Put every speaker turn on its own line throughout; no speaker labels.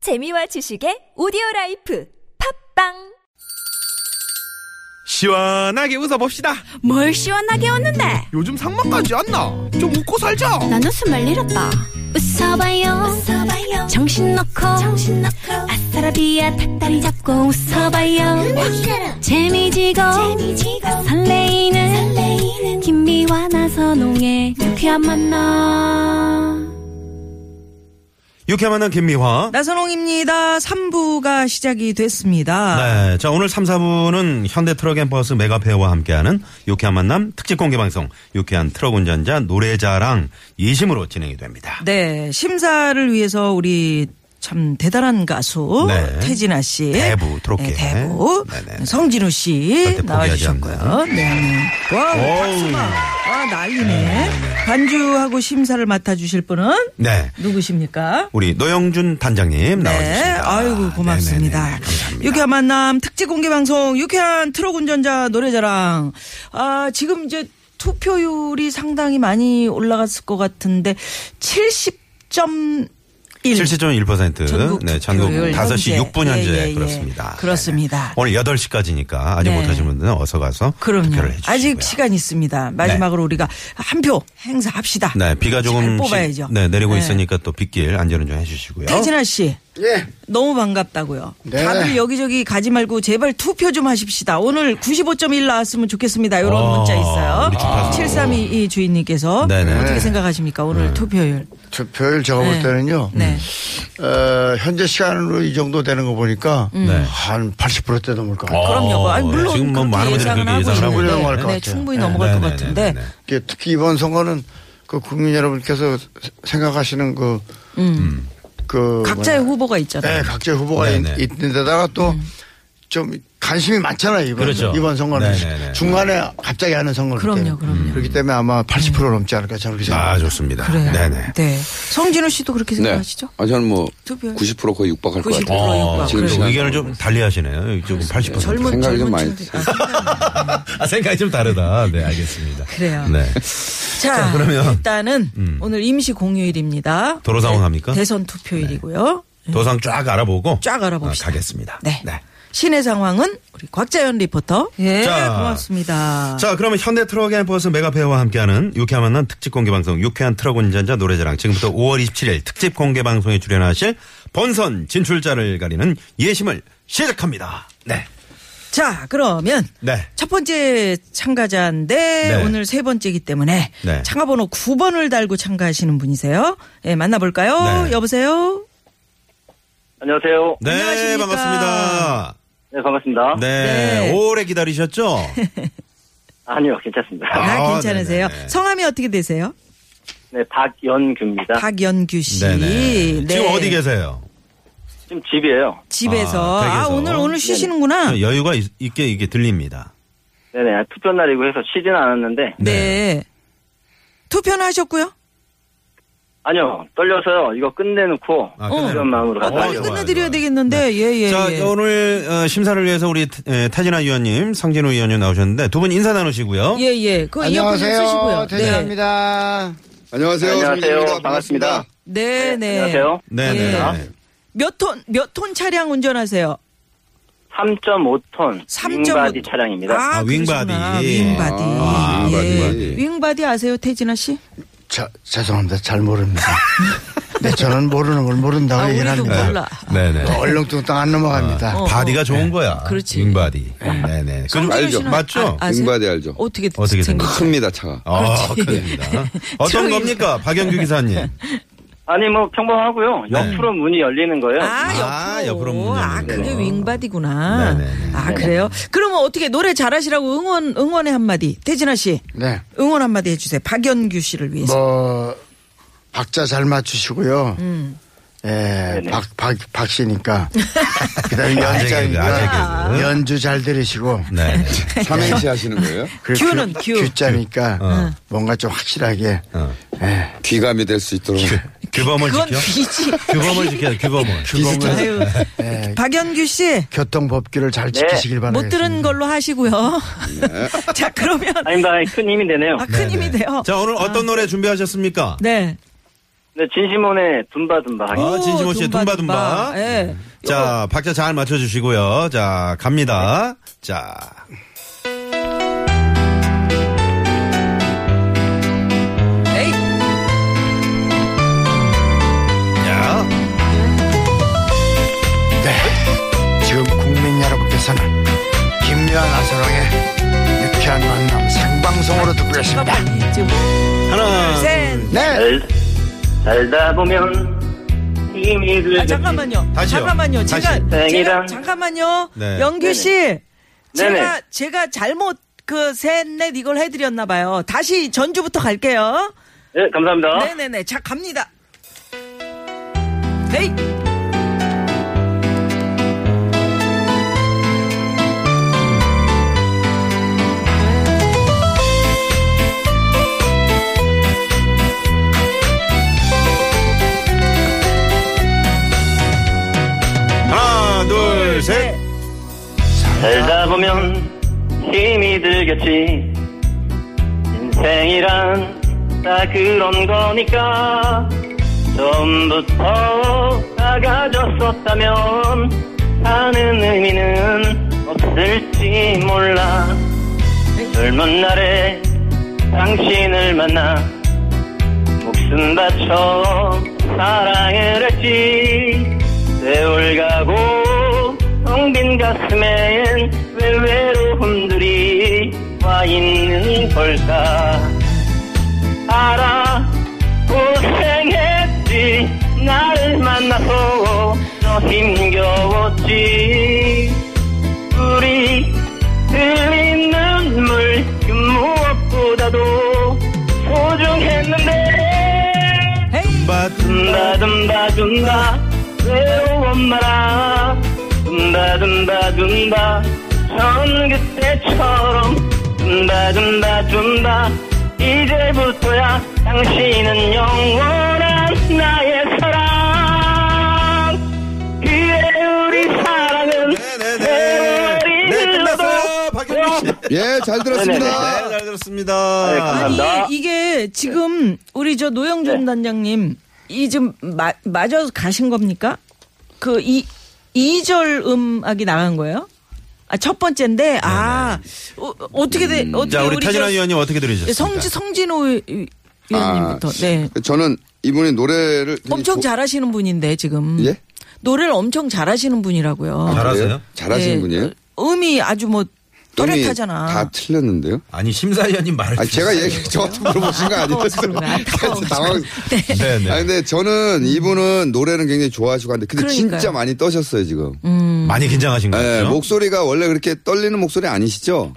재미와 지식의 오디오 라이프 팝빵
시원하게 웃어봅시다.
뭘 시원하게 웃는데
요즘 상만까지 안 나. 좀 웃고 살자.
난 웃음을 잃었다 웃어봐요, 웃어봐요. 정신 놓고 아싸라비아 닭다리 잡고 웃어봐요 재미지고, 설레이는, 김미와 나선홍의 유쾌한 만남
유쾌 만난 김미화.
나선홍입니다. 3부가 시작이 됐습니다.
네. 자, 오늘 3, 4부는 현대 트럭 앤 버스 메가페어와 함께하는 유쾌한 만남 특집 공개 방송 유쾌한 트럭 운전자 노래자랑 2심으로 진행이 됩니다.
네, 심사를 위해서 우리 참 대단한 가수
네.
태진아 씨, 네,
대부, 트로트계.
대부,
네네.
성진우 씨
절대 포기하지
나와주셨고요.
않는.
네, 와,
오우.
박수가 와 난리네. 반주하고 심사를 맡아주실 분은
네.
누구십니까?
우리 노영준 단장님 나와주셨습니다.
네.
네,
아이고 고맙습니다.
네네네. 감사합니다.
유쾌한 만남 특집 공개 방송 유쾌한 트럭 운전자 노래자랑. 아 지금 이제 투표율이 상당히 많이 올라갔을 것 같은데 70점.
77.1%
전국
네, 전국
투표율
5시
현재.
6분 현재
예, 예, 예.
그렇습니다. 네네.
그렇습니다.
오늘 8시까지니까 아직
네.
못하신 분들은 어서 가서
그럼요.
투표를 해주시고요.
아직 시간 있습니다. 마지막으로 우리가 한 표 행사합시다.
네, 비가 조금
잘 뽑아야죠.
네, 내리고
네.
있으니까 또 빗길 안전운전 해주시고요.
태진아 씨.
예.
너무 반갑다고요.
네.
다들 여기저기 가지 말고 제발 투표 좀 하십시다. 오늘 95.1 나왔으면 좋겠습니다. 이런
아,
문자 있어요.
우리 주파수.
7322 주인님께서
네네. 네.
어떻게 생각하십니까? 오늘 투표율.
저 표를 제가 볼
네.
때는요.
음.
네.
어, 현재 시간으로 이 정도 되는 거 보니까
음.
네.
한 80%대 넘을 것
어.
같아요.
그럼요. 아니, 물론
지금 뭐
그렇게
많은 분들이 그렇게
예상은 하고
예상을 하고
있는데.
있는데
넘어갈 것
네,
같아요.
충분히
네,
넘어갈
네,
것
네,
같은데
네, 네.
이게 특히 이번 선거는 그 국민 여러분께서 생각하시는 그, 그
음. 각자의
뭐냐.
후보가 음.
네,
있잖아요.
각자의 후보가
음. 네, 네.
있- 있는 데다가 또 좀 관심이 많잖아요. 이번,
그렇죠.
이번 선거는.
네, 네, 네.
중간에 갑자기 하는 선거기
그럼요,
때문에.
그럼요.
그렇기 때문에 아마 80% 넘지 않을까 저는 그렇게
아,
생각합니다.
좋습니다.
그래요.
네네.
네. 성진우 씨도 그렇게
네.
생각하시죠?
아, 저는 뭐,
투표율.
90% 거의 육박할 것
90%
같아요.
육박.
지금
좀
그래요.
시간.
어, 의견을 좀 달리 하시네요. 조금 80%.
젊은
그 생각이
젊은
좀 많이
친구들. 아,
아, 생각이 좀 다르다. 네, 알겠습니다.
그래요.
네.
자,
그러면. 음.
일단은 오늘 임시 공휴일입니다.
도로 상황 합니까? 네.
대선 투표일이고요.
도상 쫙 알아보고.
쫙 알아봅시다.
아, 가겠습니다.
네. 시내 상황은 우리 곽자연 리포터. 예,
자.
고맙습니다.
자, 그러면 현대 트럭 앤 버스 메가페어와 함께하는 유쾌한 만남 특집 공개 방송 유쾌한 트럭 운전자 노래자랑 지금부터 5월 27일 특집 공개 방송에 출연하실 본선 진출자를 가리는 예심을 시작합니다. 네.
자, 그러면
네.
첫 번째 참가자인데
네.
오늘 세 번째이기 때문에
네.
참가번호 9번을 달고 참가하시는 분이세요. 예, 만나볼까요?
네.
여보세요.
안녕하세요.
네,
안녕하십니까.
반갑습니다.
네, 반갑습니다.
네,
네.
오래 기다리셨죠?
아니요, 괜찮습니다.
아,
아,
괜찮으세요.
네네네.
성함이 어떻게 되세요?
네, 박연규입니다.
박연규 씨.
네네. 지금
네.
어디 계세요?
지금 집이에요.
집에서.
아,
아,
댁에서.
오늘 오늘 쉬시는구나. 네.
여유가 있, 게 이게 들립니다.
네네, 투표 날이고 해서 쉬진 않았는데,
네.
네. 투표는 하셨고요.
아니요, 떨려서요. 이거 끝내놓고,
아,
이런
끝내놓고.
마음으로
어,
갔다
좋아요,
요
끝내드려야
좋아요.
되겠는데. 예, 예.
자,
예.
오늘 어, 심사를 위해서 우리 태- 에, 태진아 위원님, 성진우 위원님 나오셨는데 두 분 인사 나누시고요.
예, 예. 그 이어폰 좀 쓰시고요.
안녕하세요. 대단합니다.
네. 안녕하세요.
안녕하세요.
성진입니다.
반갑습니다.
네, 네. 네.
안녕하세요.
네, 네.
예. 몇 톤, 몇 톤 차량 운전하세요?
3.5톤
3.5
윙바디 차량입니다.
아,
아, 윙바디.
그러시구나. 윙바디.
아,
예.
윙바디.
윙바디 아세요, 태진아 씨?
자, 죄송합니다. 잘 모릅니다. 네, 저는 모르는 걸 모른다고
아,
얘기는
우리도
합니다.
몰라.
네, 네.
또 얼렁뚱땅 안 넘어갑니다.
어.
바디가 좋은 거야.
그렇지. 아.
윙바디. 네, 네.
성진우
그-
씨는
맞죠?
아, 아세요?
윙바디 알죠?
어떻게,
어떻게
생겼
생겼-
큽니다, 차가.
아, 큰일입니다. 어떤
네. 저기-
겁니까? 박영규 기사님.
아니, 뭐, 평범하고요. 옆으로 문이 열리는 거예요.
아,
아,
옆으로.
옆으로 문제
아,
있는
그게
거구나.
윙바디구나.
네네네.
아, 그래요? 그러면 어떻게 노래 잘하시라고 응원, 응원의 한마디. 태진아 씨,
네.
응원 한마디 해주세요. 박연규 씨를 위해서.
뭐, 박자 잘 맞추시고요. 예,
네네.
박, 박, 박씨니까. 그 다음에
아재 개그, 아재
연주자니까.
개그.
연주 잘 들으시고.
네. 네.
삼행시 하시는 거예요?
그리고
큐는 큐.
큐자니까 뭔가 좀 확실하게.
어.
예.
귀감이 될 수 있도록.
규범을
그건
지켜?
비지.
규범을 지켜야 규범을.
아유.
네.
예,
박연규 씨,
교통법규를 잘
네.
지키시길
못
바랍니다.
들은 걸로 하시고요.
네.
자, 그러면.
아닙니다. 뭐, 큰 힘이 되네요.
아, 큰 힘이 돼요.
자, 오늘 어떤 노래 준비하셨습니까?
네.
네, 진심원의 둠바둠바.
어.
아, 진심호 씨의 둠바둠바. 네.
예.
자, 박자 잘 맞춰주시고요. 자, 갑니다. 자.
에이.
야.
네. 지금 국민 여러분께서는 김미화 나선홍의 유쾌한 만남 생방송으로 듣고 계십니다.
하나.
셋.
네.
살, 살다 보면 힘이 들죠.
아 잠깐만요.
네, 다시요.
잠깐만요. 제가,
다시.
제가
땡이랑.
잠깐만요.
네.
영규 씨,
네네.
제가 제가 잘못 그 셋넷 이걸 해드렸나 봐요. 다시 전주부터 갈게요.
네,
어?
감사합니다.
네네네. 자 갑니다. 에이.
하나, 둘, 셋.
살다 보면 힘이 들겠지. 인생이란 다 그런 거니까. 처음부터 다가졌었다면 하는 의미는 없을지 몰라. 젊은 날에 당신을 만나 목숨 바쳐 사랑을 했지 세월 가고 텅 빈 가슴엔 왜 외로움들이 와 있는 걸까 알아 고생했지 나를 만나서 너 힘겨웠지 우리 흘린 눈물 그 무엇보다도 소중했는데
에이.
바,
둔다 둔다 둔다 외로워 마라 둔다 둔다 둔다 전 그때처럼 둔다 둔다 둔다 이제부터야 당신은 영원한 나의 사랑 그의 우리 사랑은
네, 네네네. 네, 끝났어요. 박현민 씨.
예, 잘 들었습니다.
네, 잘 들었습니다.
네, 감사합니다.
아니 이게 지금 우리 저 노영준 단장님 이 지금 마, 맞아 가신 겁니까? 그 이 이절 음악이 나간 거예요? 아 첫 번째인데 아 어, 어떻게 돼? 어떻게
자, 우리
저 예,
타진아 의원님 어떻게 들으셨습니까?
성지 성진호 의- 의원님부터 네
저는 이분의 노래를 되게
엄청
조-
잘하시는 분인데 지금
예?
노래를 엄청 잘하시는 분이라고요.
아, 잘하세요?
그래요? 잘하시는
네.
분이에요?
음이 아주 뭐
음이
또렷하잖아.
다 틀렸는데요.
아니, 심사위원님 말을.
아, 제가 얘기 저한테 물어보신 거 아니에요?
당황해서 그런 거야. 당황해서.
당황.
네네.
아 근데 저는 이분은 노래는 굉장히 좋아하시고 한데 근데
그러니까요. 음.
진짜 많이 떠셨어요 지금.
많이 긴장하신 것
예,
같아요.
목소리가 원래 그렇게 떨리는 목소리 아니시죠?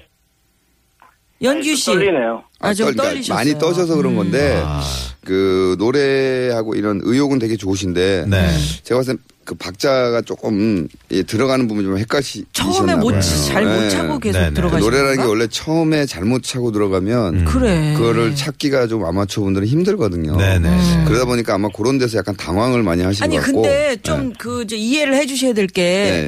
연규 씨.
떨리네요
아, 좀
떨- 그러니까
떨리셨어요. 음.
많이 떠셔서 그런 건데
아.
그 노래하고 이런 의욕은 되게 좋으신데
네.
제가 봤을 때 그 박자가 조금 이 들어가는 부분이 좀 헷갈리시.
처음에 못 잘 못
네.
차고 계속
네네.
그
들어가시는
노래라는 게
건가?
원래 처음에 잘못 차고
음.
들어가면
그래. 네.
그거를 찾기가 좀 아마추어 분들은 힘들거든요.
네네.
그러다 보니까 아마 그런 데서 약간 당황을 많이
음.
하시는
아니
것 같고.
근데
네.
좀 그 이해를 해주셔야 될 게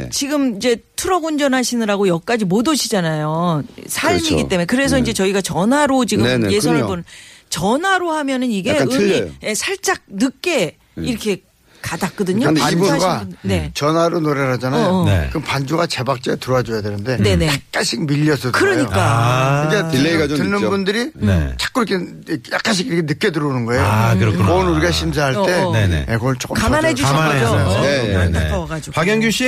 네.
지금 이제 트럭 운전하시느라고 역까지 못 오시잖아요 삶이기
그렇죠.
때문에 그래서 이제 저희가 전화로 지금
네네,
예선을
그럼요.
보는 전화로 하면은 이게
약간
음이
틀려요. 네.
예, 살짝 늦게 이렇게 가닿거든요.
근데
반주하시는
이분과
분- 네.
음,
전화로 노래를 하잖아요.
어, 어.
네.
그럼 반주가 제박자에 들어와줘야 되는데
네네.
약간씩 밀려서 들어요.
그러니까
아.
그러니까
딜레이가 좀
듣는
있죠.
분들이
네.
자꾸 이렇게 약간씩 이렇게 늦게 들어오는 거예요.
아, 그렇구나.
그건 우리가 심사할
어,
때
어.
네네.
예, 그걸 조금
가만해 주신 거죠.
가만해서.
어,
네,
너무
네,
안타까워가지고.
박영규 씨.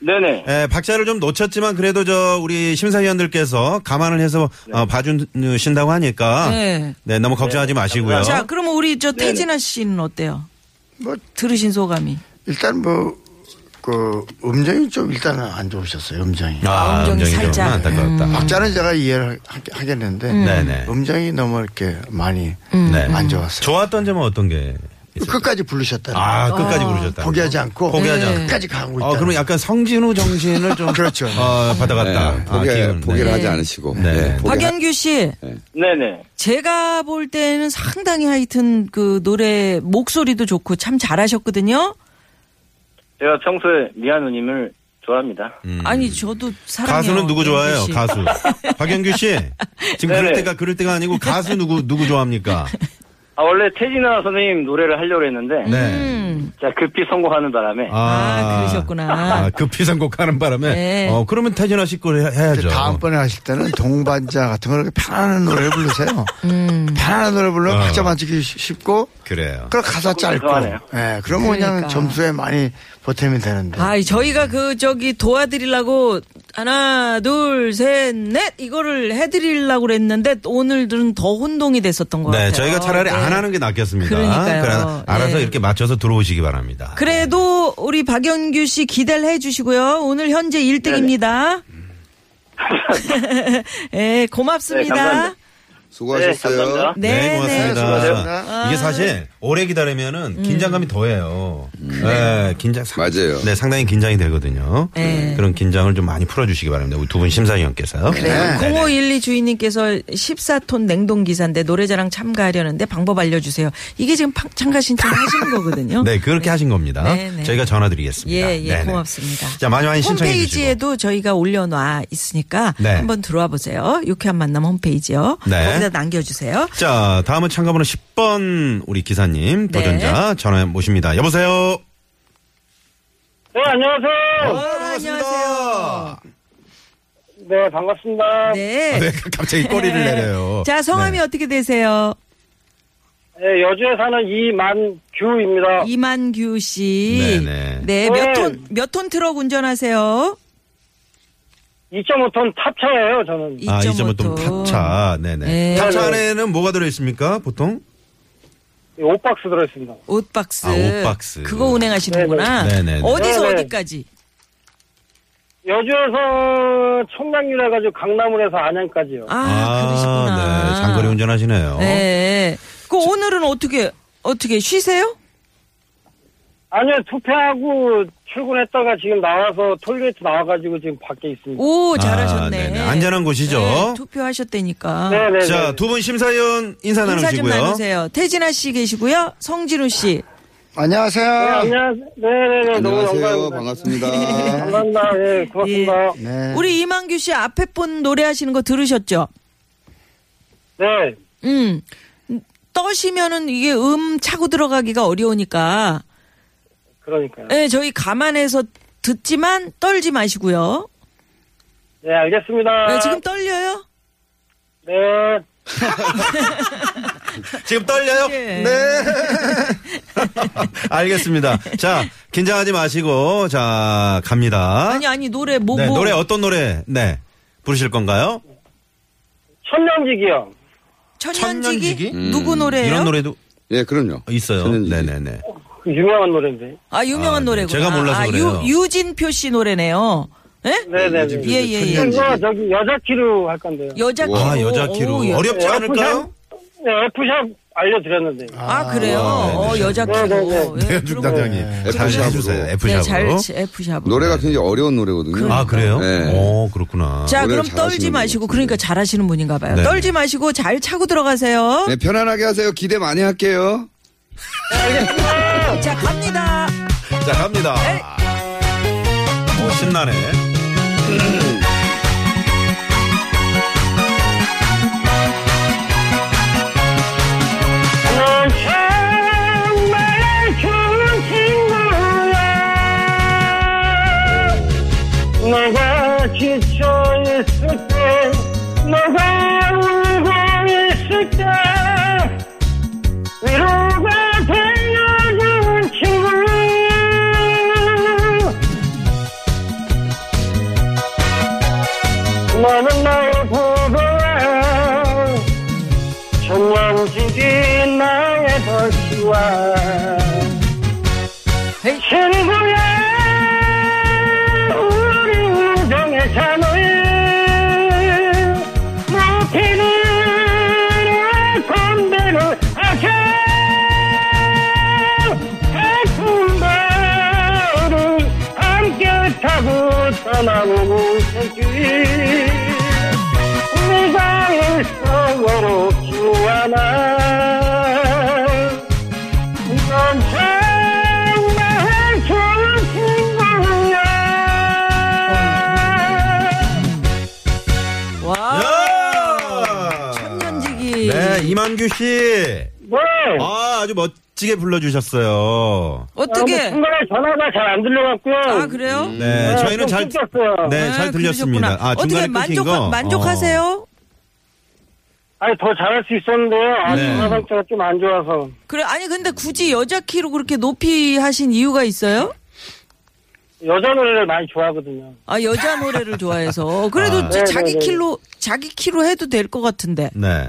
네네
예, 박자를 좀 놓쳤지만 그래도 저 우리 심사위원들께서 감안을 해서 어, 봐주신다고 하니까
네.
네, 너무 걱정하지 마시고요.
자, 그러면 우리
네,
저 태진아 씨는 어때요?
뭐
들으신 소감이?
일단 뭐 그 음정이 좀 일단 안 좋으셨어요. 음정이.
아,
음정이
음정이 좀
살짝.
안타까웠다.
박자는 제가 이해를 하- 하겠는데
네네.
음정이 음. 너무 이렇게 많이
음.
네.
안 좋았어요.
좋았던 점은 어떤 게? 있어요?
끝까지 부르셨다는
아, 끝까지 부르셨다.
포기하지 않고 아,
포기하지 않고.
끝까지 가고 있다.
어, 그럼 약간 성진우 정신을 좀
그렇죠.
어, 받아갔다.
네, 포기,
아, 기운.
포기를
네.
하지 않으시고.
네.
네, 포기-
박영규 씨,
네네
제가 볼 때는 상당히 하여튼 그 노래 목소리도 좋고 참 잘하셨거든요.
제가 평소에 미아 누님을 좋아합니다
아니 저도
음.
사랑해요.
가수는 누구 좋아해요?
영규 씨.
가수. 박영규 씨. 지금 그럴
네네.
때가 그럴 때가 아니고 가수 누구 누구 좋아합니까?
아, 원래 태진아 선생님 노래를 하려고 했는데
네.
음.
자 급히 선곡하는 바람에
아, 그러셨구나.
아, 급히 선곡하는 바람에.
네.
어, 그러면 태진아 씨 거를 해- 해야죠.
다음번에 하실 때는 동반자 같은 걸 이렇게 편안한 노래를 부르세요. 음. 편안한 노래 부르면
어.
박자 맞추기 쉬- 쉽고
그래요.
그럼 가사 짧고.
이상하네요.
예, 그러면 그냥
그러니까.
점수에 많이 보탬이 되는데.
아, 저희가 그 저기 도와드리려고 하나, 둘, 셋, 넷 이거를 해드리려고 그랬는데 오늘들은 더 혼동이 됐었던 것
네,
같아요.
저희가 차라리
네.
안 하는 게 낫겠습니다.
그러니까요.
그래, 알아서
네.
이렇게 맞춰서 들어오시기 바랍니다.
그래도 우리 박영규 씨 기대를 해주시고요. 오늘 현재 1등입니다. 네,
네,
고맙습니다.
감사합니다. 네,
수고하셨어요.
감사합니다.
네, 고맙습니다.
수고하셨습니다.
아.
이게 사실 오래
음.
기다리면은 긴장감이 더해요. 네, 긴장 상-
맞아요.
네, 상당히 긴장이 되거든요.
네.
그런 긴장을 좀 많이 풀어주시기 바랍니다. 우리 두 분 심사위원께서. 네,
그래요.
네.
0512 주인님께서 14톤 냉동 기사인데 노래자랑 참가하려는데 방법 알려주세요. 이게 지금 팡- 참가 신청 하시는 거거든요.
네, 그렇게 하신 겁니다.
네, 네.
저희가 전화드리겠습니다.
예, 예,
네, 네.
고맙습니다.
자, 많이 많이 신청해 주시고.
홈페이지에도 저희가 올려놔 있으니까
네.
한번 들어와 보세요. 유쾌한 만남 홈페이지요.
네.
거기다 남겨주세요.
자, 다음은 참가번호 10번 우리 기사님
네.
도전자 전화 모십니다. 여보세요.
네
아,
안녕하세요.
아, 안녕하세요.
네 반갑습니다.
네.
네, 갑자기 꼬리를 내려요.
자, 성함이
네.
어떻게 되세요?
네, 여주에 사는 이만규입니다.
이만규 씨.
네네.
네,
네.
몇 톤, 몇 톤 트럭 운전하세요?
2.5톤 탑차예요 저는.
아,
2.5
2.5톤
톤.
탑차. 네네.
네.
탑차 안에는 뭐가 들어있습니까? 보통?
옷박스 들어있습니다.
옷박스.
아, 옷박스.
그거 운행하시는구나.
네네네.
어디서
네네.
어디까지?
여주에서 청량리로 해가지고 강남으로 해서 안양까지요.
아, 그러시구나.
네. 장거리 운전하시네요.
네. 그 오늘은 어떻게, 어떻게 쉬세요?
아니요 투표하고 출근했다가 지금 나와서 톨게이트 나와가지고 지금 밖에 있습니다.
오,
아,
잘하셨네.
네네. 안전한 곳이죠.
네, 투표하셨다니까.
네네.
자, 두 분 심사위원 인사
인사 좀
나누시고요.
나누세요. 태진아 씨 계시고요. 성진우 씨.
안녕하세요.
네, 안녕하세요. 네네네. 너무
안녕하세요.
영광입니다.
반갑습니다.
감사합니다. 예, 고맙습니다.
네.
우리 이만규 씨 앞에 분 노래하시는 거 들으셨죠?
네.
음. 떠시면은 이게 음 차고 들어가기가 어려우니까.
그러니까요.
네, 저희 감안해서 듣지만 떨지 마시고요.
네, 알겠습니다.
네, 지금 떨려요?
네.
지금 떨려요? 네.
예.
알겠습니다. 자, 긴장하지 마시고, 자, 갑니다.
아니, 아니, 노래 뭐,
네,
뭐.
노래 어떤 노래, 네, 부르실 건가요?
천년지기요.
천년지기?
천년지기? 음.
누구 노래예요?
이런 노래도
예, 그럼요.
있어요.
저는 이제
네네네.
그 유명한 노래인데.
아, 유명한
아, 네.
노래구나.
제가 몰라서
아,
그래요.
유, 유진표 씨 노래네요. 예?
네네네.
예, 예, 예.
이거 아, 저기 여자 키로 할 건데요.
여자
어,
키로.
아, 여자 키로.
오, 예.
어렵지 않을까요?
네, F샵 알려드렸는데.
아, 그래요?
아, 네네.
어, 여자 키로.
네, 네,
예,
대한중
그러고
단장님.
F샵으로.
잘 해주세요.
네, 잘
F샵으로.
F샵으로.
노래가 굉장히 어려운 노래거든요.
아, 그래요?
네.
오, 그렇구나.
자,
노래를
그럼 떨지
잘하시는
마시고
분 같은데.
그러니까 잘하시는 분인가 봐요.
네.
떨지 마시고 잘 차고 들어가세요.
네, 편안하게 하세요. 기대 많이 할게요.
네.
자, 갑니다.
자, 갑니다.
네.
오, 신나네.
넌 정말 좋은 친구야. 내가 지쳐 있을 때, 내가 울고 있을 때, 위로가 되어주는 친구. 너는 나의 보배야. 청년지기 나의 벌수와 친구야 우리 우정의 산을 높이는 건배를 하자 깊은 바를 함께 타고 떠나고 싶지 네가 있어 외롭지 않아 넌 정말 좋은 친구야
와.
야!
천년지기.
네, 이만규 씨.
네.
아, 아주 멋지게 불러주셨어요.
아, 뭐
어떻게?
중간에 전화가 잘 안 들려갖고요.
아 그래요?
네,
네,
저희는
좀
잘,
끊겼어요.
네,
아,
잘 들렸습니다.
그러셨구나.
아, 중간에
어떻게
끊긴
만족
거? 어.
만족하세요?
아니 더 잘할 수 있었는데요. 아,
네.
전화 상태가 좀 안 좋아서.
그래 아니 근데 굳이 여자 키로 그렇게 높이 하신 이유가 있어요?
여자 노래를 많이 좋아하거든요.
아 여자 노래를 좋아해서 그래도
아.
저
네,
자기
네, 네.
키로 자기 키로 해도 될 것 같은데
네.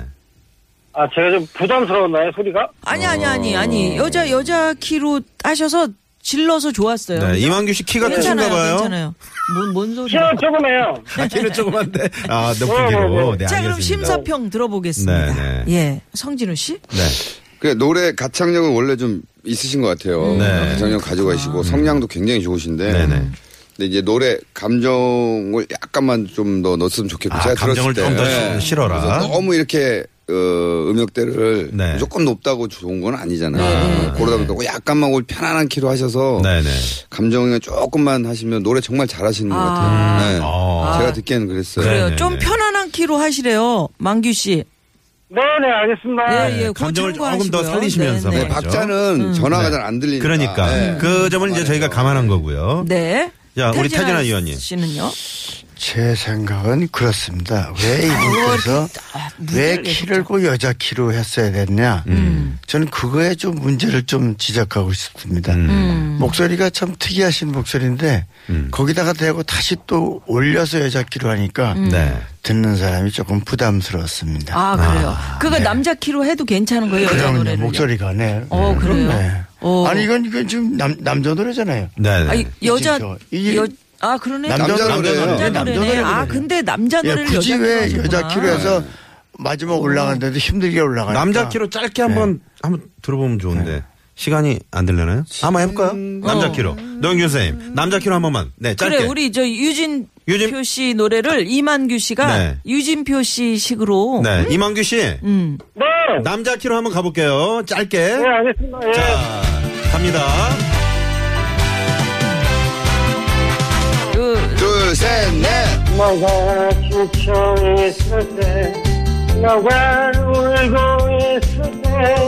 아 제가 좀 부담스러웠나요 소리가?
아니 아니 아니 아니
어.
여자 여자 키로 하셔서 질러서 좋았어요.
네, 이만규 씨 키가 크신가
괜찮아요,
봐요.
괜찮아요. 뭔뭔 소리?
키는 조금 해요.
아, 키는 조그만데. 아, 높은
네,
키로.
네,
네,
자 그럼
알겠습니다.
심사평 들어보겠습니다.
네, 네.
예, 성진우 씨.
네.
그 노래 가창력은 원래 좀 있으신 것 같아요.
네.
가창력 가지고 계시고 성량도 굉장히 좋으신데.
네네.
근데 이제 노래 감정을 약간만 좀 더 넣었으면 좋겠고
아,
제가
감정을
들었을
좀더
때 네.
실- 실어라.
그래서 너무 이렇게 어, 음역대를
네.
조금 높다고 좋은 건 아니잖아요. 그러다 보니까 약간만 오히려 편안한 키로 하셔서
네네.
감정이 조금만 하시면 노래 정말 잘하시는 것
아.
같아요. 네.
아.
제가 듣기에는 그랬어요.
네,
그래요.
네,
좀
네.
편안한 키로 하시래요, 망규 씨.
네네 알겠습니다.
예, 예, 그거
감정을
참고하시고요.
조금 더 살리시면서
네,
네,
네.
말이죠.
박자는 전화가 잘 안 들리니까.
음. 네. 그러니까.
네.
그 점을 이제 저희가 감안한 거고요.
네.
자, 우리 태진아 의원님.
씨는요?
제 생각은 그렇습니다. 왜 이분께서
아,
왜
무게를
키를 꼭 여자 키로 했어야 됐냐?
음.
저는 그거에 좀 문제를 좀 지적하고 싶습니다.
음.
음.
목소리가 참 특이하신 목소리인데 거기다가 대고 다시 또 올려서 여자 키로 하니까
네.
듣는 사람이 조금 부담스러웠습니다.
음. 아, 그래요. 그거
네.
남자 키로 해도 괜찮은 거예요, 여자
그럼요.
노래를.
목소리가 네.
어, 그래요? 어.
아니 이건 이건 지금 남, 남자 노래잖아요.
네네.
아, 이- 여자
진짜. 이게
여, 아, 그러네.
남자
남자 노래예요.
남자
네,
남자
노래네.
노래거든요.
아, 근데 남자
예,
노래를
굳이
여자
왜
키로
여자 키로
하셨구나. 네.
해서 마지막 올라갔는데도 힘들게 올라가.
남자 키로 짧게 한번 한번 들어보면 좋은데 그러니까 네. 시간이 안 들려나요? 한번 해볼까요? 남자 키로 노영준 선생님 남자 키로 한 번만 네 짧게
어. 그래, 우리 저 유진
유진-
표 씨 노래를 이만규 씨가
네.
유진표 씨 식으로
네 이만규 씨
음.
네.
남자 키로 한번 가볼게요 짧게
네 알겠습니다. 예.
자 갑니다
그
둘, 셋, 넷.
너가 지쳐 있을 때, 너가 울고 있을 때,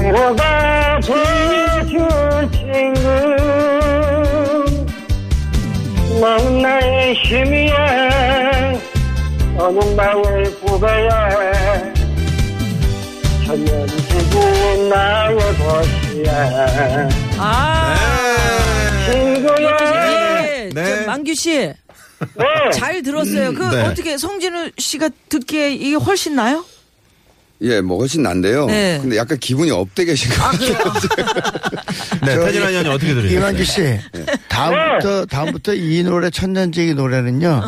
내가 보여준 친구, 넌 나의 힘이야. 너는 나의 부배야. 천년 지구의 나의 벗이야.
아.
친구야.
예,
네.
저 만규 씨.
네.
잘 들었어요. 그
네.
어떻게 성진우 씨가 듣기에 이게 훨씬 나요?
예, 뭐 훨씬 난데요.
네.
근데 약간 기분이 업돼 계신 것 같아요.
네
저-
태진아 의원님 어떻게 들으셨어요?
이만기 씨, 다음부터 다음부터 이 노래 천년지기 노래는요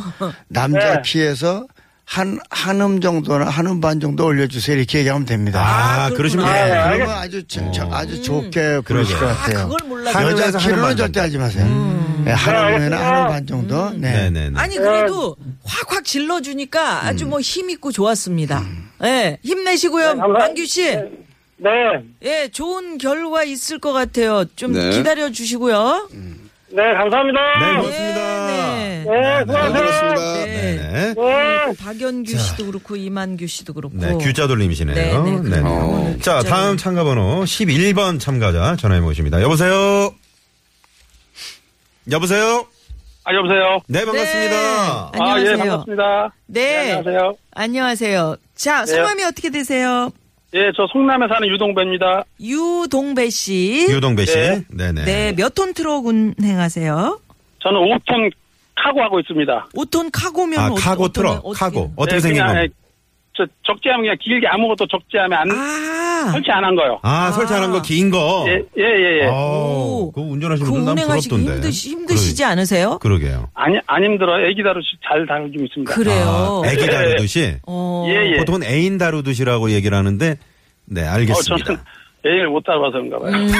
남자
네.
키에서 한 한 음 정도나 한 음 반 정도 올려주세요 이렇게 얘기하면 됩니다. 네,
아 그러시면
그렇구나.
네,
돼요.
그러면 아주 저- 저- 아주 좋게 부르실
그러게요.
것 음. 같아요.
아, 그걸 몰라요.
네. 한 음에서
여자
한
키로는
음반 정도.
절대 하지 마세요. 네, 한
네,
음에는
알겠어요.
한 음 반 정도. 네.
네네네
아니 그래도 확확 질러주니까
음.
아주 뭐 힘 있고 좋았습니다. 예, 힘내시고요,
네, 감사합니다.
만규 씨. 예,
네.
좋은 결과 있을 것 같아요. 좀
네.
기다려 주시고요.
음.
네, 감사합니다.
네
네,
그렇습니다.
네.
네,
잘
수고하세요.
들었습니다.
네.
네네
네.
박연규 씨도 그렇고 이만규 씨도 그렇고.
네 규자 돌림이시네요.
어. 네, 네,
네네.
어.
자 다음 참가번호 11번 참가자 전화해 보십니다. 여보세요. 여보세요.
아, 여보세요?
네 반갑습니다.
네. 안녕하세요.
아, 예, 반갑습니다.
네.
안녕하세요.
안녕하세요. 자,
네.
성함이 어떻게 되세요?
예, 저 송남에 사는 유동배입니다.
유동배 씨.
유동배 씨.
네.
네네.
네, 몇 톤 트럭 운행하세요?
저는 5톤 카고 하고 있습니다.
5톤 카고면
아
어떠-
카고
어떤-
트럭
어떻게-
카고 어떻게
예,
생긴
그냥,
겁니까?
예, 저 적재하면 그냥 길게 아무것도 적재하면 안,
아,
설치 안 한 거요.
아, 설치하는 거 긴 거.
예, 예, 예. 예.
어,
오.
그거 운전하시는
그
분난
운행하시기
부럽던데.
힘드시, 힘드시지 않으세요?
그러, 게요
아니, 안 힘들어요. 애기 다루시 잘 다루고 있습니다.
그래요.
아, 애기
예.
다루듯이.
어,
예, 예.
보통은 애인 다루듯이라고 얘기를 하는데, 네,
어,
알겠습니다.
저는 애를 못 다뤄서인가 봐요.
음.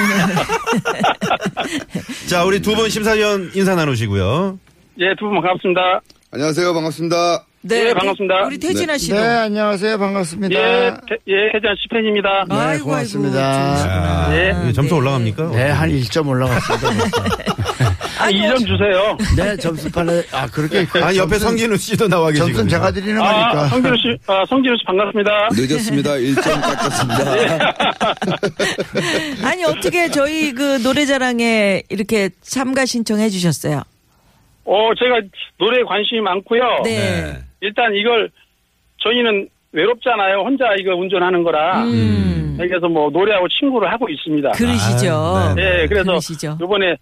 자, 우리 두 분 심사위원 인사 나누시고요.
예, 두 분 반갑습니다.
안녕하세요. 반갑습니다.
네,
예, 반갑습니다.
우리 태진아 씨도.
네, 안녕하세요. 반갑습니다.
예,
네.
태, 예, 혜전 씨 팬입니다.
아,
네, 고맙습니다.
아이고, 좋으시구나.
아,
네.
이게 점수
네.
올라갑니까?
네, 한 1점 올라갔습니다.
아,
아, 이 점 주세요.
네, 점수 팔래. 아, 그렇게.
아, 옆에
점수는-
성진우 씨도 나와 계시고.
점수는 제가 드리는
아,
거니까.
성진우 씨, 아, 성진우 씨 반갑습니다.
네.
늦었습니다. 1점 깎았습니다.
아니 어떻게 저희 그 노래자랑에 이렇게 참가 신청해 주셨어요?
어, 제가 노래에 관심이 많고요.
네.
일단 이걸 저희는 외롭잖아요. 혼자 이거 운전하는 거라. 그래서 뭐 노래하고 친구를 하고 있습니다.
음. 그러시죠.
아, 네.
예, 그래서
그러시죠.
이번에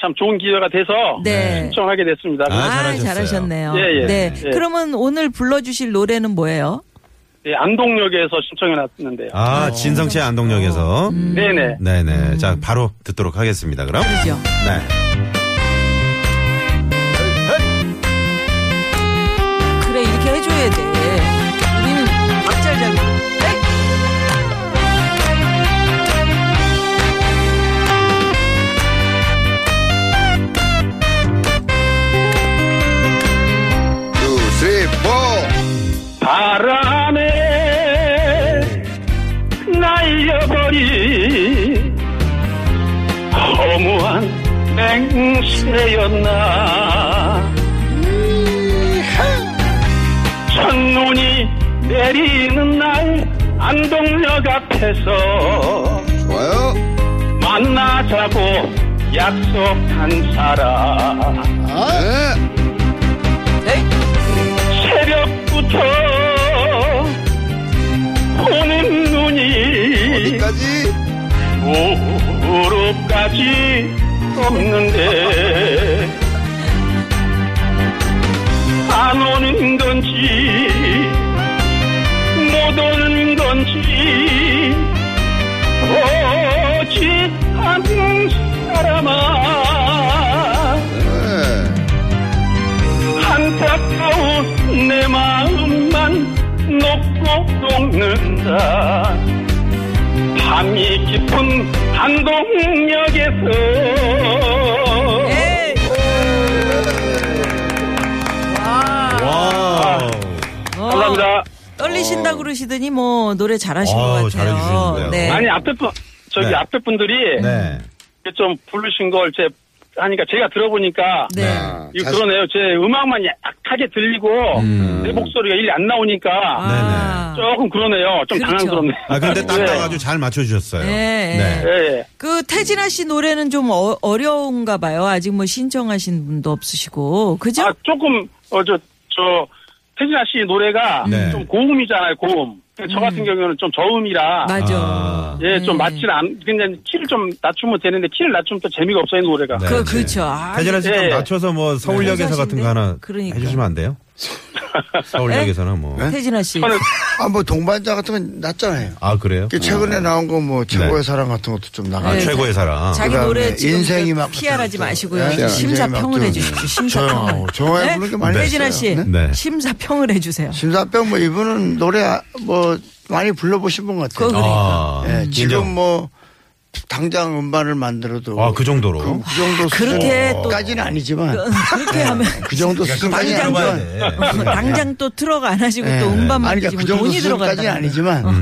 참 좋은 기회가 돼서
네.
신청하게 됐습니다.
아, 잘하셨어요.
잘하셨네요.
예, 예.
네.
예.
그러면 오늘 불러주실 노래는 뭐예요?
예, 안동역에서 신청해 놨는데요.
어.
아, 음. 진성 씨 안동역에서.
네네.
네네. 자, 바로 듣도록 하겠습니다. 그럼.
음. 그죠?
네.
그래 이렇게 해줘야 돼. 우리는 박자를 잘 모르- 에이!
투, 쓰리, 포.
바람에 날려버린 허무한 맹세였나 첫눈이 내리는 날 안동역 앞에서
좋아요.
만나자고 약속한 사람 아.
네.
새벽부터 보는 눈이
네, 어디까지?
오후로까지 없는데 안 오는 건지 못 오는 건지 오지 않는 사람아
네.
안타까운 내 마음만 녹고 녹는다 밤이 깊은 한동역에서
에이!
와우.
어,
감사합니다
떨리신다 그러시더니 뭐 노래 잘하신
어우,
것
잘해주시는
같아요.
거예요.
네.
아니 앞에 분 저기
네.
앞에 분들이
네.
좀 부르신 걸 제 하니까 제가 들어보니까
네.
아,
이거
자신-
그러네요 제 음악만 약하게 들리고
음.
내 목소리가 일리 안 나오니까
아.
조금 그러네요 좀
그렇죠.
당황스럽네요
아, 근데 딱
네.
아주 잘 맞춰주셨어요.
네.
예, 예.
그 태진아 씨 노래는 좀 어, 어려운가 봐요. 아직 뭐 신청하신 분도 없으시고. 그죠?
아, 조금, 어, 저, 저, 태진아 씨 노래가
네.
좀 고음이잖아요, 고음. 근데 저 같은 경우는 좀 저음이라.
맞아.
아.
예,
음.
좀 맞질 않, 그냥 키를 좀 낮추면 되는데, 키를 낮추면 또 재미가 없어요, 이 노래가.
네.
그 그렇죠. 아,
태진아 씨좀
예.
낮춰서 뭐 서울역에서 같은 거 하나
그러니까.
해주시면 안 돼요? 서울역에서는 뭐.
네?
태진아 씨.
저는
아, 뭐 동반자 같은 건 낫잖아요.
아, 그래요?
그 최근에 나온 거 뭐
네.
최고의 사랑 같은 것도 좀
아,
나가고.
네.
최고의 사랑.
자기
그다음에
노래 지금
인생이
그
막
피할하지
같은
마시고요.
것도. 예,
심사평을
인생이
해주십시오.
막 그렇죠.
심사평을. 네.
조용하고 조용하게 부르는 게 많이
태진아
있어요.
씨,
네?
네.
심사평을 해주세요.
심사평 뭐 이분은 노래 뭐 많이 불러보신 분 같아요.
그거
아,
예, 지금
인정.
뭐 당장 음반을 만들어도
아, 그 정도로.
그, 그 정도
아, 그렇게 또-
수준까지는 아니지만
그렇게 하면 그러니까
그 정도 수준까지
당장 그러니까 들어가야 돼.
그 당장 또 트럭 안 하시고
예.
또 음반만
네. 아니,
지
그러니까
고
그 정도
돈이
수준까지는
들어간다. 음.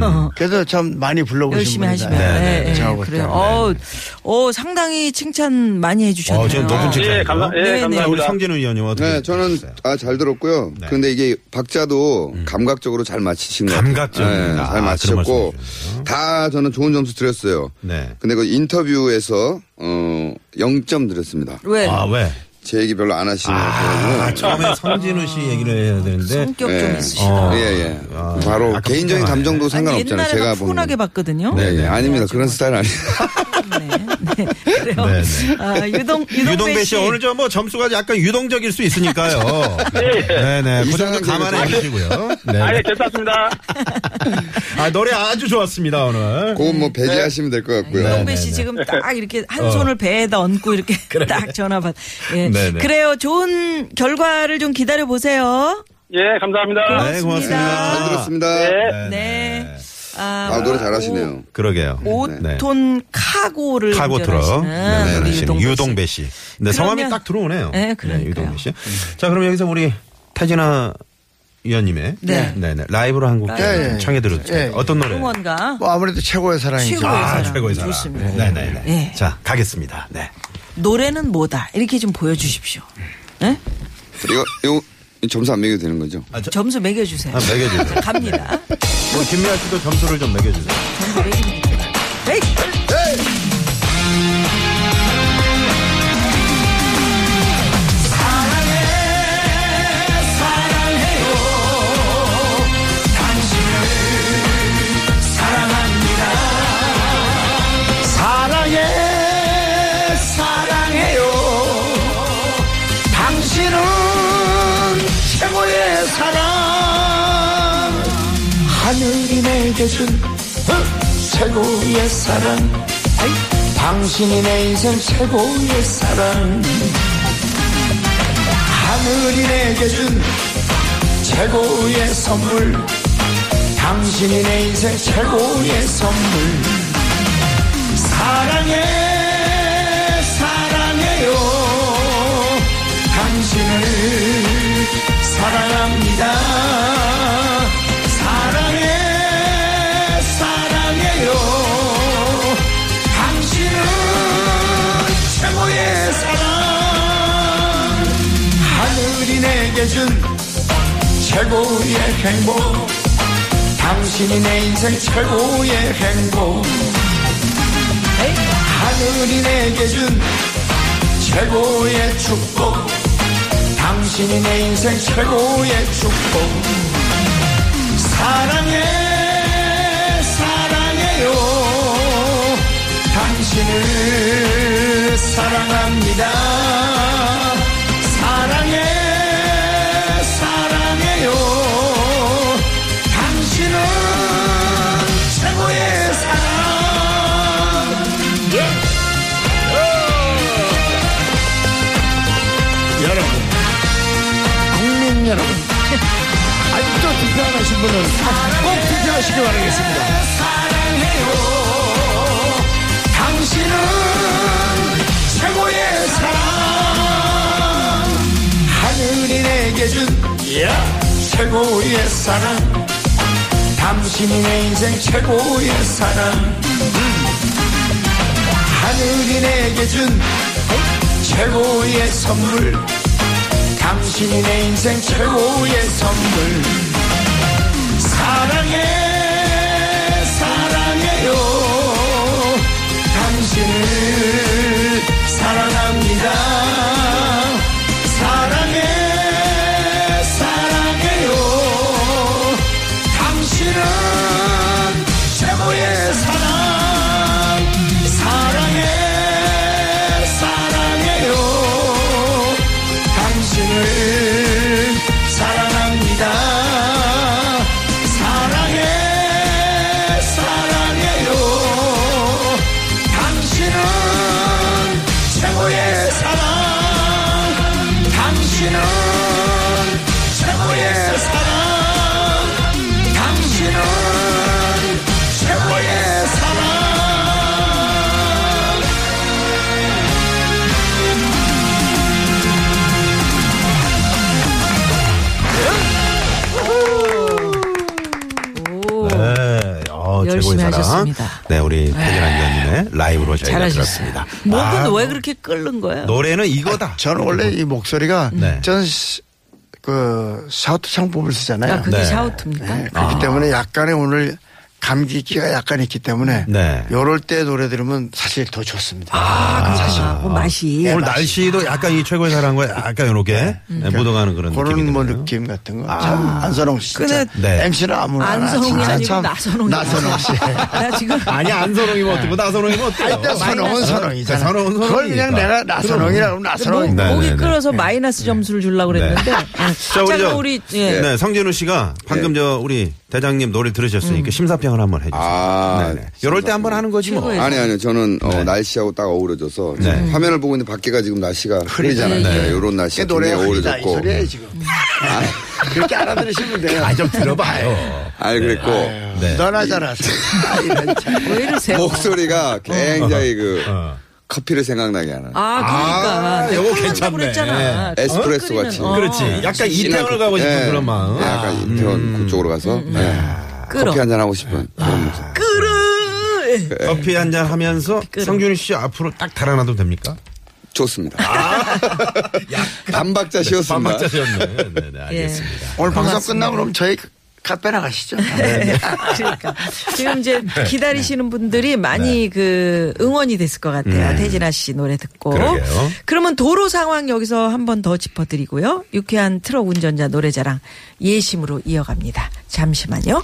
아니지만 그래도 참 많이 불러보신
열심히
분이다.
하시면
네,
네,
예, 제가 볼
그래요.
때는.
어, 어 상당히 칭찬 많이 해주셨네요.
어, 지금 높은 칭찬.
예, 감사, 예,
네, 네.
자, 우리
감사합니다.
성진우 의원님 어떻게
네, 저는
들으셨어요?
아, 잘 들었고요.
네. 음.
근데 이게 박자도 감각적으로 잘 맞히신 것 같아요. 네,
감각적입니다. 아,
잘
그런
맞히셨고
말씀이시군요.
다 저는 좋은 점수 드렸어요.
네.
근데 그 인터뷰에서 어 0점 드렸습니다.
왜?
아, 왜?
제 얘기 별로 안 하시는 거
아,
아,
처음에 성진우 씨 얘기를 해야
네.
되는데.
성격 좀
예.
있으시다.
어.
예, 예.
아,
바로
약간
개인적인
불편하네.
감정도
아니,
상관없잖아요.
옛날에
제가
막
보는.
푸근하게 봤거든요.
네, 네. 아닙니다. 그런 스타일 아니에요.
네, 네. 그래요.
네, 네.
아, 유동
유동배 씨 오늘 저 뭐 점수가 약간 유동적일 수 있으니까요. 네네. 그 정도
이상한
감안해
얘기를
주시고요.
아, 예,
네.
괜찮습니다.
아 노래 아주 좋았습니다 오늘.
그건
네.
뭐 배제하시면 될 것 같고요.
유동배 씨 지금 딱 이렇게 한 손을 배에다 얹고 이렇게 딱 전화 받. 예.
네, 네.
그래요. 좋은 결과를 좀 기다려 보세요.
예, 감사합니다.
네 고맙습니다.
잘 들었습니다.
네.
네.
아,
아,
노래 잘하시네요.
그러게요.
5톤 카고를
카고 트럭 네,
운전하시는 우리
하시는
유동배 씨.
유동배 씨. 근데
그러면-
성함이 딱 들어오네요.
네, 그러니까요.
유동배 씨. 자 그럼 여기서 우리 태진아 위원님의
네.
네네 라이브로 한곡
예, 예.
청해 들어주요
예, 예.
어떤 노래?
응원가
뭐 아무래도 최고의 사랑이죠.
최고의
아
사랑.
최고의 사랑.
좋습니다.
네네네.
예.
자 가겠습니다. 네.
노래는 뭐다 이렇게 좀 보여주십시오. 예?
이거 이거 점수 안 매겨도 되는 거죠?
점수 매겨주세요.
아, 매겨주세요.
갑니다.
뭐 김미아 씨도 점수를 좀 매겨주세요.
점수 매기면 됩니다. 네. 에이!
사랑해 사랑해요 당신은 최고의 사랑 하늘이 내게 준 어? 최고의 사랑 아이, 당신이 내 인생 최고의 사랑 하늘이 내게 준 최고의 선물 당신이 내 인생 최고의 선물 사랑해 사랑해요 당신을 사랑합니다 사랑해 사랑해요 당신은 최고의 사랑 하늘이 내게 준 최고의 행복 당신이 내 인생 최고의 행복 하늘이 내게 준 최고의 축복 당신이 내 인생 최고의 축복 사랑해 사랑해요 당신을 사랑합니다 사랑해 사랑해요 당신은 최고의 사랑 여러분, 국민 여러분, 아직도 투표 안 하신 분은 꼭 투표하시기 바라겠습니다. 사랑해요. 당신은 최고의 사랑. 하늘이 내게 준 최고의 사랑. 당신이 내 인생 최고의 사랑. 하늘이 내게 준 최고의 선물 당신이 내 인생 최고의 선물 사랑해 사랑해요 당신을 사랑합니다 사랑해 사랑해요 당신은 최고의 사랑 사랑해 사랑해요 당신을 사랑합니다 사랑해 사랑해요 당신은 최고의 사랑 당신은 최고의 사랑 당신은 최고의 사랑
네. 어,
열심히
최고의 사랑.
하셨습니다. 예.
네, 우리 백연한 위원님의 라이브로 저희가 들었습니다. 아, 뭐-
잘하셨어요. 목은 왜 그렇게 끓는 거예요?
노래는 이거다.
저는 원래 이 목소리가
네.
저는 시- 그 샤우트 창법을 쓰잖아요.
아, 그게
네.
샤우트입니까?
네, 그렇기 때문에 약간의 오늘 감기기가 약간 있기 때문에
네.
요럴 때 노래 들으면 사실 더 좋습니다.
아,
그렇죠.
그렇구나. 그 맛이.
오늘 날씨도 약간 이 최고의 사랑과 약간 이렇게 네, 묻어가는 그런
그런
느낌이
뭐
드네요. 아.
느낌 같은 거. 참 안선홍 씨 진짜
근데
네.
MC는 아무나 안 하나
안성이
진짜
아니고
참
나선홍이.
나선홍 씨.
나 지금
아니 안선홍이면 어떻고 아, 나선홍이면 뭐 어때요?
일단 선홍은 선홍이잖아.
네, 선홍은 네.
그걸 그냥
선홍이니까.
내가 나선홍이라고 하면 나선홍.
네,
목이
네, 네.
끓어서 마이너스 점수를 주려고 그랬는데. 아, 자,
우리
그럼
저-
우리, 예.
네, 성진우 씨가 방금 저 우리 대장님 노래 들으셨으니까
음.
심사평을 한번 해주세요.
아,
네네. 이럴 때 한번 하는 거지 뭐.
최고예요.
아니 아니요 저는 어, 날씨하고 딱 어우러져서 지금 화면을 보고 있는데 밖에가 지금 날씨가 흐리잖아요. 이런 날씨가
노래
굉장히
흐리다 이
어우러졌고.
소리예요 지금. 아, 그렇게 알아들으시면 돼요.
아, 좀 들어봐요.
아 그랬고
네.
너나잖아. 아, 이런 참.
왜 이러세요?
목소리가 굉장히 그
어.
커피를 생각나게 하는
아, 그러니까. 내가
요거
끓는다고
괜찮네. 예.
그랬잖아. 어,
에스프레소 같이.
끓이는- 어.
그렇지. 약간 이태원을 가고 싶은
예,
그런 마음. 아.
예, 약간 이태원 그쪽으로 가서 예,
끓어.
커피 한 잔 하고 싶은 그런 모습.
끓어.
네.
커피 한 잔 하면서 성준우 씨 앞으로 딱 달아놔도 됩니까?
좋습니다. 반박자 쉬었습니다.
반박자였네. 네, 네, 알겠습니다.
오늘 방송 끝나고 그럼 저희 카페 나가시죠.
그러니까 지금 이제
네.
기다리시는 분들이 많이 그 응원이 됐을 것 같아요. 태진아 씨 노래 듣고.
음. 그러게요.
러면 도로 상황 여기서 한 번 더 짚어드리고요. 유쾌한 트럭 운전자 노래자랑 예심으로 이어갑니다. 잠시만요.